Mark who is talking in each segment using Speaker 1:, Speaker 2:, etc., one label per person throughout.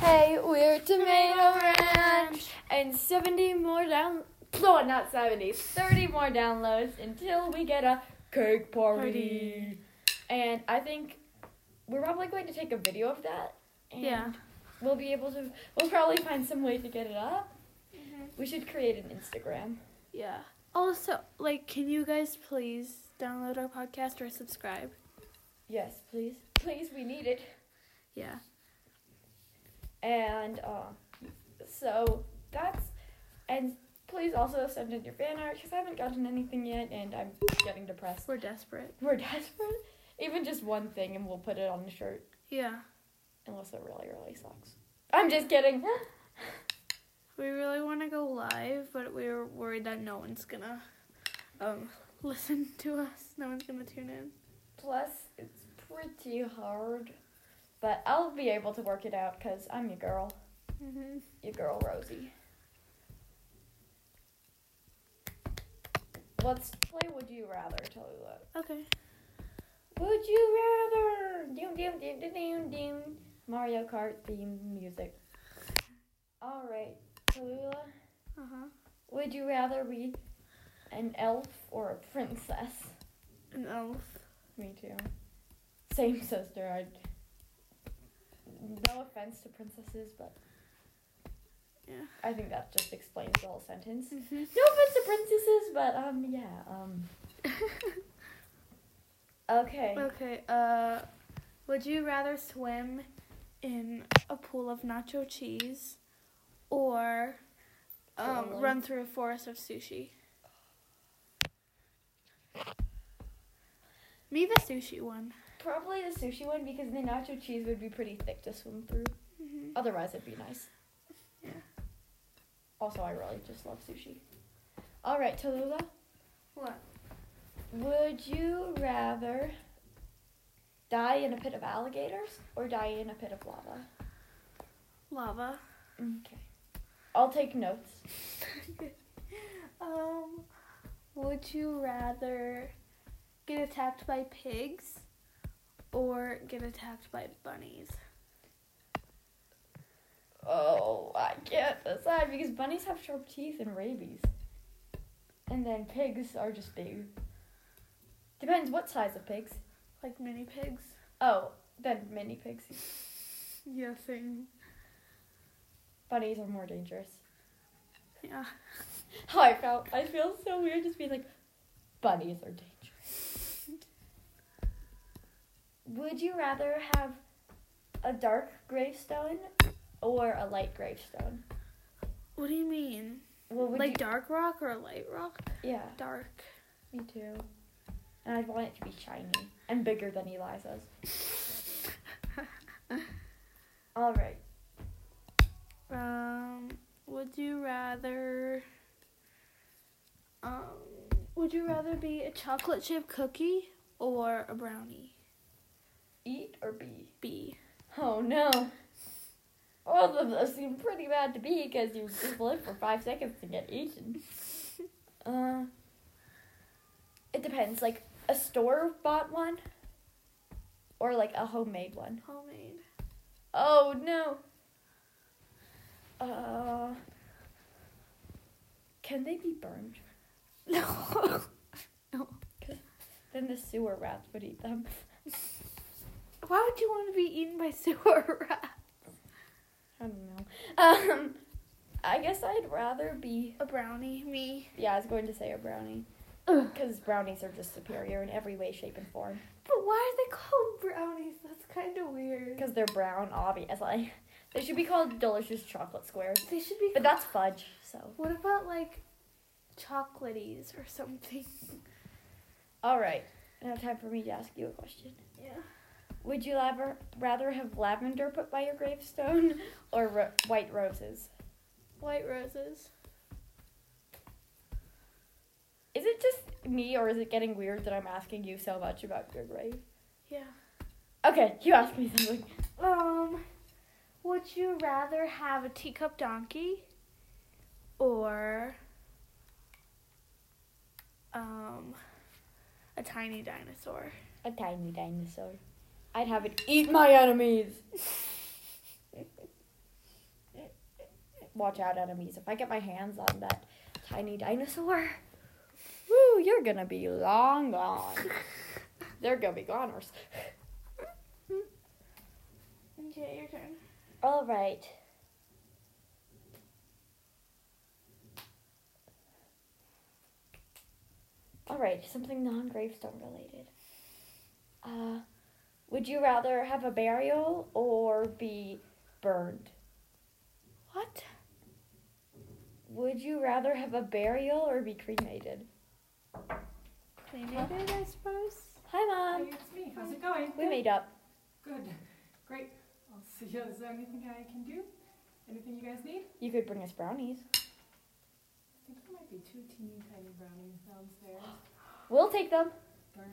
Speaker 1: Hey, we're Tomato Ranch, and 70 more down. No, not 70, 30 more downloads until we get a cake party. And I think we're probably going to take a video of that. And
Speaker 2: Yeah.
Speaker 1: We'll be able to. We'll probably find some way to get it up. We should create an Instagram.
Speaker 2: Yeah. Also, like, can you guys please download our podcast or subscribe?
Speaker 1: Yes, please, please, we need it.
Speaker 2: Yeah.
Speaker 1: And um, so that's and please also send in your fan art because I haven't gotten anything yet, and I'm getting depressed.
Speaker 2: We're desperate.
Speaker 1: We're desperate. Even just one thing, and we'll put it on the shirt,
Speaker 2: Yeah.
Speaker 1: unless it really, really sucks. I'm just kidding.
Speaker 2: We really want to go live, but we were worried that no one's gonna um listen to us. No one's gonna tune in.
Speaker 1: Plus, it's pretty hard, but I'll be able to work it out because I'm your girl,
Speaker 2: Mm-hmm.
Speaker 1: your girl Rosie. Let's play. Would you rather? Tell you that.
Speaker 2: Okay.
Speaker 1: Would you rather? Doom, doom, doom, doom, doom, doom. Mario Kart theme music. All right, Tallulah.
Speaker 2: Uh huh.
Speaker 1: Would you rather be an elf or a princess?
Speaker 2: An elf.
Speaker 1: Me too. Same sister. I. No offense to princesses, but
Speaker 2: Yeah.
Speaker 1: I think that just explains the whole sentence.
Speaker 2: Mm-hmm.
Speaker 1: No offense to princesses, but um, yeah, um. Okay.
Speaker 2: Okay. Uh, would you rather swim in a pool of nacho cheese, or um,
Speaker 1: Totally.
Speaker 2: run through a forest of sushi? Me the sushi one.
Speaker 1: Probably the sushi one because the nacho cheese would be pretty thick to swim through.
Speaker 2: Mm-hmm. Uh,
Speaker 1: Otherwise, it'd be nice.
Speaker 2: Yeah.
Speaker 1: Also, I really just love sushi. All right, Tallulah,
Speaker 2: What?
Speaker 1: would you rather die in a pit of alligators or die in a pit of lava?
Speaker 2: Lava.
Speaker 1: Okay. I'll take notes.
Speaker 2: um, would you rather get attacked by pigs or get attacked by bunnies?
Speaker 1: Oh, I can't decide because bunnies have sharp teeth and rabies. And then pigs are just big. Depends what size of pigs.
Speaker 2: Like mini pigs?
Speaker 1: Oh, then mini pigs.
Speaker 2: Yeah, thing.
Speaker 1: Bunnies are more dangerous.
Speaker 2: Yeah.
Speaker 1: How I felt. I feel so weird just being like, bunnies are dangerous. Would you rather have a dark gravestone or a light gravestone?
Speaker 2: What do you mean?
Speaker 1: Well, would
Speaker 2: like dark rock or light rock?
Speaker 1: you, yeah,
Speaker 2: Dark.
Speaker 1: me too. And I'd want it to be shiny and bigger than Eliza's. All right.
Speaker 2: Um, would you rather um would you rather be a chocolate chip cookie or a brownie?
Speaker 1: Eat or be?
Speaker 2: B.
Speaker 1: Oh no. Both of those seem pretty bad to be because you just live for five seconds to get eaten. Uh, it depends. Like a store bought one, or like a homemade one.
Speaker 2: Homemade.
Speaker 1: Oh no. Uh, can they be burned?
Speaker 2: No.
Speaker 1: Then the sewer rats would eat them.
Speaker 2: Why would you want to be eaten by sewer rats?
Speaker 1: I don't know. Um, I guess I'd rather be
Speaker 2: A brownie, me.
Speaker 1: Yeah, I was going to say a brownie. Because brownies are just superior in every way, shape, and form.
Speaker 2: But why are they called brownies? That's kind of weird.
Speaker 1: Because they're brown, obviously. They should be called delicious chocolate squares.
Speaker 2: They should be.
Speaker 1: But that's fudge, so.
Speaker 2: What about like chocolaties or something?
Speaker 1: Alright, now time for me to ask you a question.
Speaker 2: Yeah.
Speaker 1: Would you laver- rather have lavender put by your gravestone or ro- white roses?
Speaker 2: White roses.
Speaker 1: Is it just me or is it getting weird that I'm asking you so much about your grave?
Speaker 2: Yeah.
Speaker 1: Okay, you ask me something.
Speaker 2: Um, would you rather have a teacup donkey or um a tiny dinosaur?
Speaker 1: A tiny dinosaur. I'd have it eat my enemies. watch out, enemies. If I get my hands on that tiny dinosaur, woo, you're gonna be long gone. They're gonna be goners.
Speaker 2: Okay, your turn.
Speaker 1: All right. All right, something non-gravestone related. Uh, would you rather have a burial or be burned?
Speaker 2: What?
Speaker 1: Would you rather have a burial or be cremated?
Speaker 2: Cremated, I suppose.
Speaker 1: Hi,
Speaker 3: Hey,
Speaker 1: mom.
Speaker 3: it's me. How's it going?
Speaker 1: Um, We made up.
Speaker 3: Good. Great. I'll see you. Is there anything I can do? Anything you guys need?
Speaker 1: You could bring us brownies.
Speaker 3: I think there might be two teeny tiny brownies downstairs.
Speaker 1: We'll take them.
Speaker 3: They're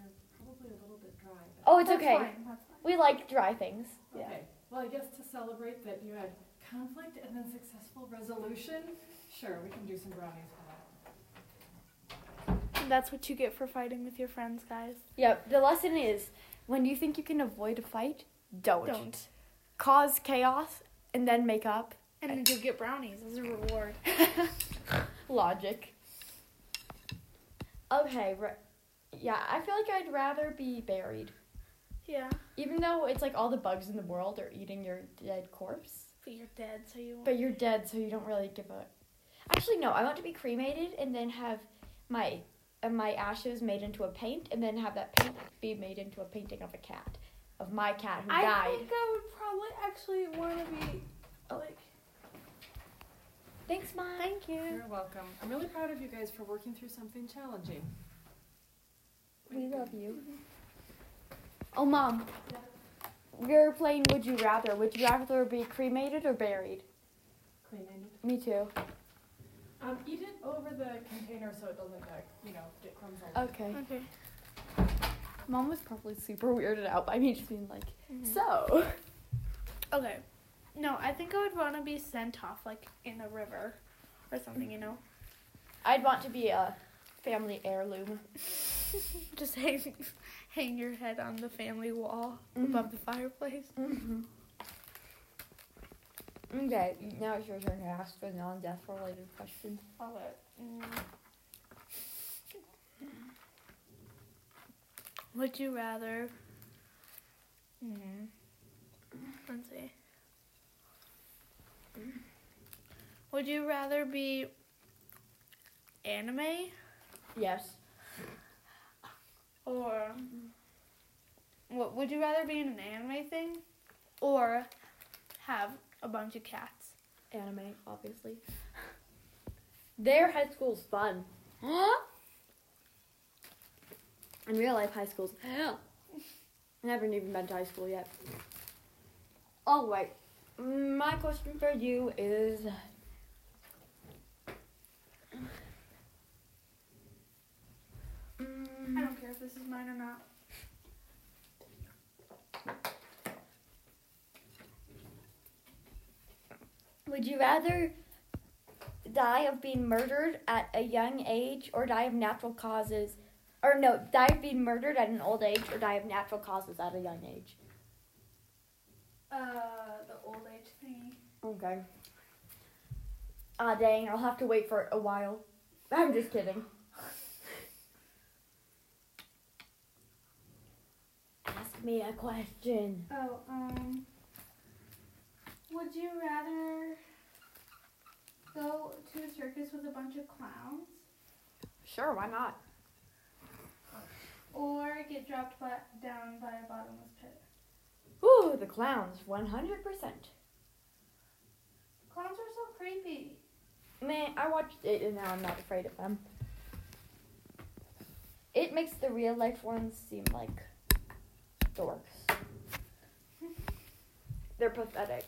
Speaker 3: probably a little bit dry. But
Speaker 1: Oh, it's
Speaker 2: That's
Speaker 1: okay.
Speaker 2: fine, that's fine.
Speaker 1: We like dry things.
Speaker 3: Okay. Well, I guess to celebrate that you had conflict and then successful resolution, sure, we can do some brownies for that.
Speaker 2: And That's what you get for fighting with your friends, guys.
Speaker 1: Yeah, the lesson is when you think you can avoid a fight, don't.
Speaker 2: Don't.
Speaker 1: Cause chaos and then make up.
Speaker 2: And then you get brownies as a reward.
Speaker 1: Logic. Okay, r yeah, I feel like I'd rather be buried.
Speaker 2: Yeah.
Speaker 1: Even though it's like all the bugs in the world are eating your dead corpse.
Speaker 2: But you're dead, so you won't.
Speaker 1: But you're dead, so you don't really give a. Actually, no. I want to be cremated and then have my uh, my ashes made into a paint, and then have that paint be made into a painting of a cat, of my cat who
Speaker 2: I
Speaker 1: died.
Speaker 2: think I would probably actually want to be
Speaker 1: Oh.
Speaker 2: like.
Speaker 1: Thanks, mom.
Speaker 2: Thank you.
Speaker 3: You're welcome. I'm really proud of you guys for working through something challenging.
Speaker 1: We love you. Oh, mom. We're playing Would You Rather. Would you rather be cremated or buried?
Speaker 3: Cremated.
Speaker 1: Me too.
Speaker 3: Um, eat it over the container so it doesn't, uh, you know, get crumbs all over.
Speaker 1: Okay.
Speaker 2: Okay.
Speaker 1: Mom was probably super weirded out by me just being like,
Speaker 2: Mm-hmm.
Speaker 1: so.
Speaker 2: Okay. No, I think I would want to be sent off like in a river or something, you know?
Speaker 1: I'd want to be a family heirloom.
Speaker 2: Just hang, hang your head on the family wall above the fireplace.
Speaker 1: Mm-hmm. Okay, now it's your turn to ask a non-death related question.
Speaker 2: Okay. Mm. Would you rather? Mm. Let's see. Would you rather be anime
Speaker 1: Yes.
Speaker 2: or what? Would you rather be in an anime thing or have a bunch of cats?
Speaker 1: Anime, obviously. Their high school's fun. In real life, high school's hell. I haven't even been to high school yet. All right. My question for you is.
Speaker 2: I don't care if this is mine or not.
Speaker 1: Would you rather die of being murdered at a young age or die of natural causes? Or no, die of being murdered at an old age or die of natural causes at a young age?
Speaker 2: Uh, the old age thingy.
Speaker 1: Okay. Ah, dang, I'll have to wait for a while. I'm just kidding. Ask me a question.
Speaker 2: Oh, um, would you rather go to a circus with a bunch of clowns
Speaker 1: Sure, why not?
Speaker 2: or get dropped by, down by a bottomless pit?
Speaker 1: Ooh, the clowns, 100%.
Speaker 2: Clowns are so creepy.
Speaker 1: Man, I watched it and now I'm not afraid of them. It makes the real life ones seem like dorks. They're pathetic.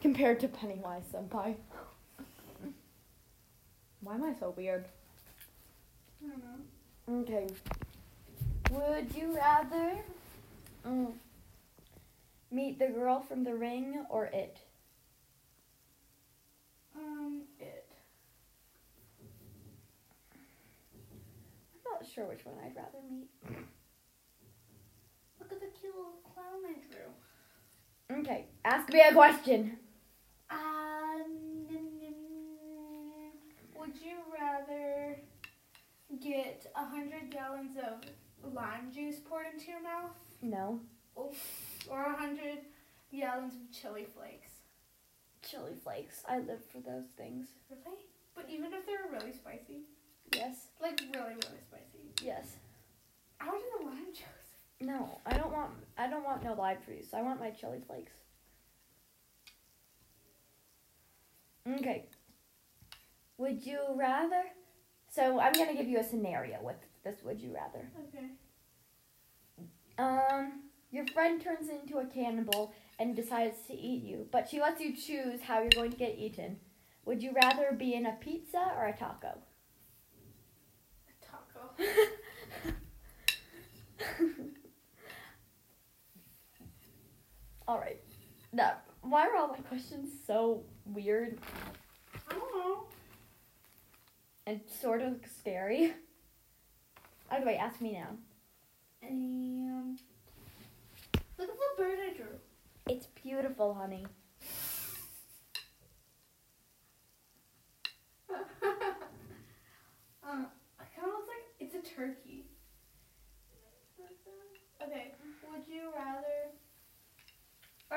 Speaker 1: Compared to Pennywise Senpai. Why am I so weird?
Speaker 2: I don't know.
Speaker 1: Okay. Would you rather mm, meet the girl from the ring or it?
Speaker 2: Um, it.
Speaker 1: I'm not sure which one I'd rather meet.
Speaker 2: Look at the cute little clown I drew.
Speaker 1: Okay, ask me a question.
Speaker 2: Um, get a hundred gallons of lime juice poured into your mouth,
Speaker 1: No.
Speaker 2: or a hundred gallons of chili flakes.
Speaker 1: Chili flakes. I live for those things.
Speaker 2: Really? But even if they're really spicy,
Speaker 1: Yes.
Speaker 2: like really really spicy,
Speaker 1: Yes.
Speaker 2: I would do the lime juice.
Speaker 1: No, I don't want I don't want no live trees. I want my chili flakes. Okay. Would you rather? So I'm gonna give you a scenario with this would you rather.
Speaker 2: Okay.
Speaker 1: Um your friend turns into a cannibal and decides to eat you, but she lets you choose how you're going to get eaten. Would you rather be in a pizza or a taco?
Speaker 2: A taco.
Speaker 1: All right. Now, why are all my questions so weird
Speaker 2: I don't know.
Speaker 1: and sort of scary? By the way, ask me now.
Speaker 2: Um, look at the bird I drew.
Speaker 1: It's beautiful, honey.
Speaker 2: Uh, it kind of looks like it's a turkey. Okay, would you rather?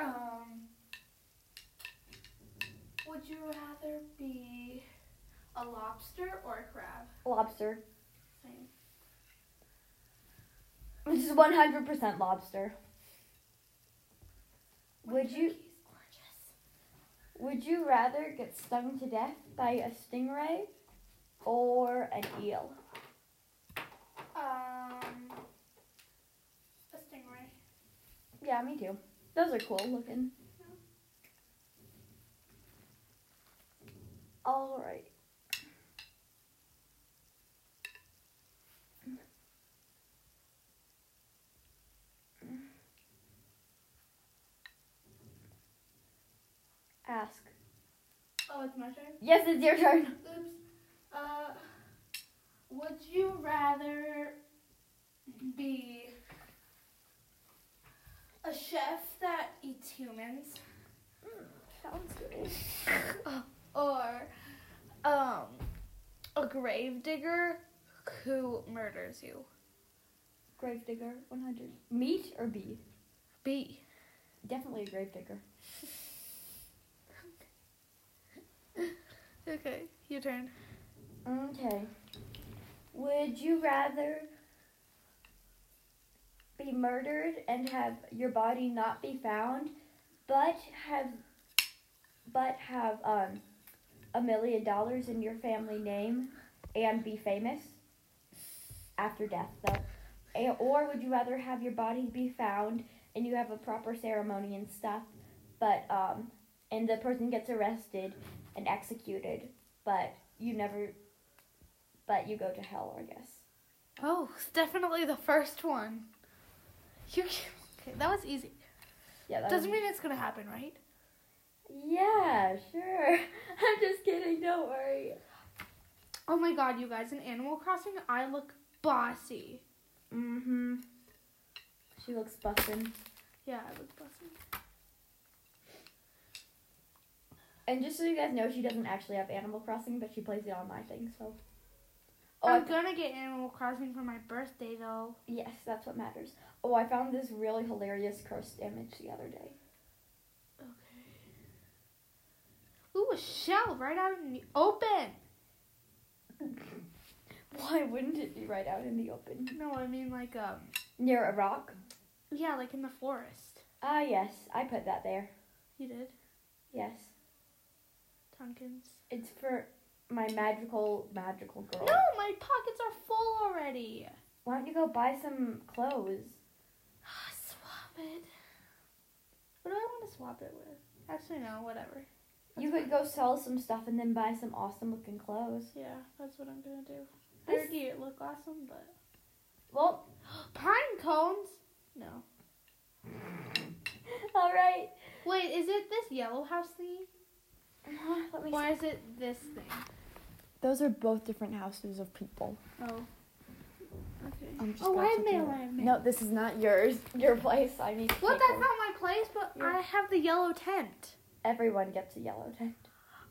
Speaker 2: Um, would you rather be a lobster or a crab?
Speaker 1: Lobster.
Speaker 2: Same.
Speaker 1: Which is 100% lobster. Would you-
Speaker 2: Turkey's gorgeous.
Speaker 1: Would you rather get stung to death by a stingray or an eel?
Speaker 2: Um, a stingray.
Speaker 1: Yeah, me too. Those are cool looking. All right. Ask.
Speaker 2: Oh, it's my turn.
Speaker 1: Yes, it's your turn.
Speaker 2: Oops. Uh, would you rather be a chef that eats humans
Speaker 1: Hmm, Sounds good.
Speaker 2: or um, a gravedigger who murders you?
Speaker 1: Gravedigger 100. Meat or bee?
Speaker 2: B.
Speaker 1: Definitely a gravedigger.
Speaker 2: Okay, your turn.
Speaker 1: Okay. Would you rather be murdered and have your body not be found, but have but have um a million dollars in your family name and be famous after death though? A- Or would you rather have your body be found and you have a proper ceremony and stuff, but um and the person gets arrested and executed, but you never but you go to hell, I guess.
Speaker 2: Oh, it's definitely the first one. You okay, that was easy.
Speaker 1: Yeah, that
Speaker 2: Doesn't
Speaker 1: was-
Speaker 2: mean it's gonna happen, right?
Speaker 1: Yeah, sure. I'm just kidding, don't worry.
Speaker 2: Oh my god, you guys, in Animal Crossing, I look bossy.
Speaker 1: Mm-hmm. She looks bustin'.
Speaker 2: Yeah, I look bossy.
Speaker 1: And just so you guys know, she doesn't actually have Animal Crossing, but she plays it on my thing, so. Oh, I
Speaker 2: I'm gonna get Animal Crossing for my birthday though.
Speaker 1: yes, that's what matters. Oh, I found this really hilarious cursed image the other day.
Speaker 2: Ooh, a shell right out in the open.
Speaker 1: Why wouldn't it be right out in the open?
Speaker 2: No, I mean like um,
Speaker 1: Near a rock?
Speaker 2: yeah, like in the forest.
Speaker 1: Ah, yes, I put that there.
Speaker 2: You did,
Speaker 1: Yes.
Speaker 2: Tompkins.
Speaker 1: It's for my magical, magical girl.
Speaker 2: No, my pockets are full already.
Speaker 1: Why don't you go buy some clothes?
Speaker 2: Ah, swap it. What do I want to swap it with? Actually, no, whatever.
Speaker 1: You could go sell some stuff and then buy some awesome looking clothes.
Speaker 2: Yeah, that's what I'm gonna do. I
Speaker 1: This-
Speaker 2: already look awesome, but
Speaker 1: Well,
Speaker 2: pine cones. No.
Speaker 1: all right.
Speaker 2: Wait, is it this yellow house thingy?
Speaker 1: Let me
Speaker 2: Or is it this thing?
Speaker 1: Those are both different houses of people.
Speaker 2: Oh. Okay.
Speaker 4: I'm just
Speaker 2: oh,
Speaker 4: about
Speaker 2: I
Speaker 4: to
Speaker 2: have mail,
Speaker 4: do
Speaker 2: I have mail.
Speaker 4: No, this is not yours.
Speaker 1: Your place. I need.
Speaker 2: Well,
Speaker 1: people.
Speaker 2: that's not my place, but I have the yellow tent.
Speaker 1: Everyone gets a yellow tent.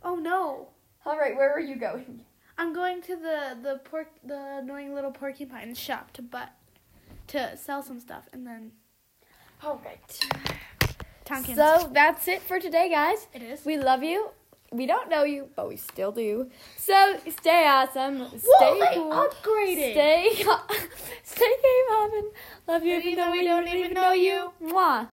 Speaker 2: Oh no.
Speaker 1: All right. Where are you going?
Speaker 2: I'm going to the the pork the annoying little porcupine shop to butt to sell some stuff and then
Speaker 1: All right.
Speaker 2: Tompkins.
Speaker 1: So that's it for today, guys.
Speaker 2: it is.
Speaker 1: We love you. We don't know you, but we still do. So stay awesome. Stay
Speaker 2: Whoa, they
Speaker 1: cool.
Speaker 2: upgraded.
Speaker 1: Stay, stay game oven. Love you even though we don't even know you. Mwah.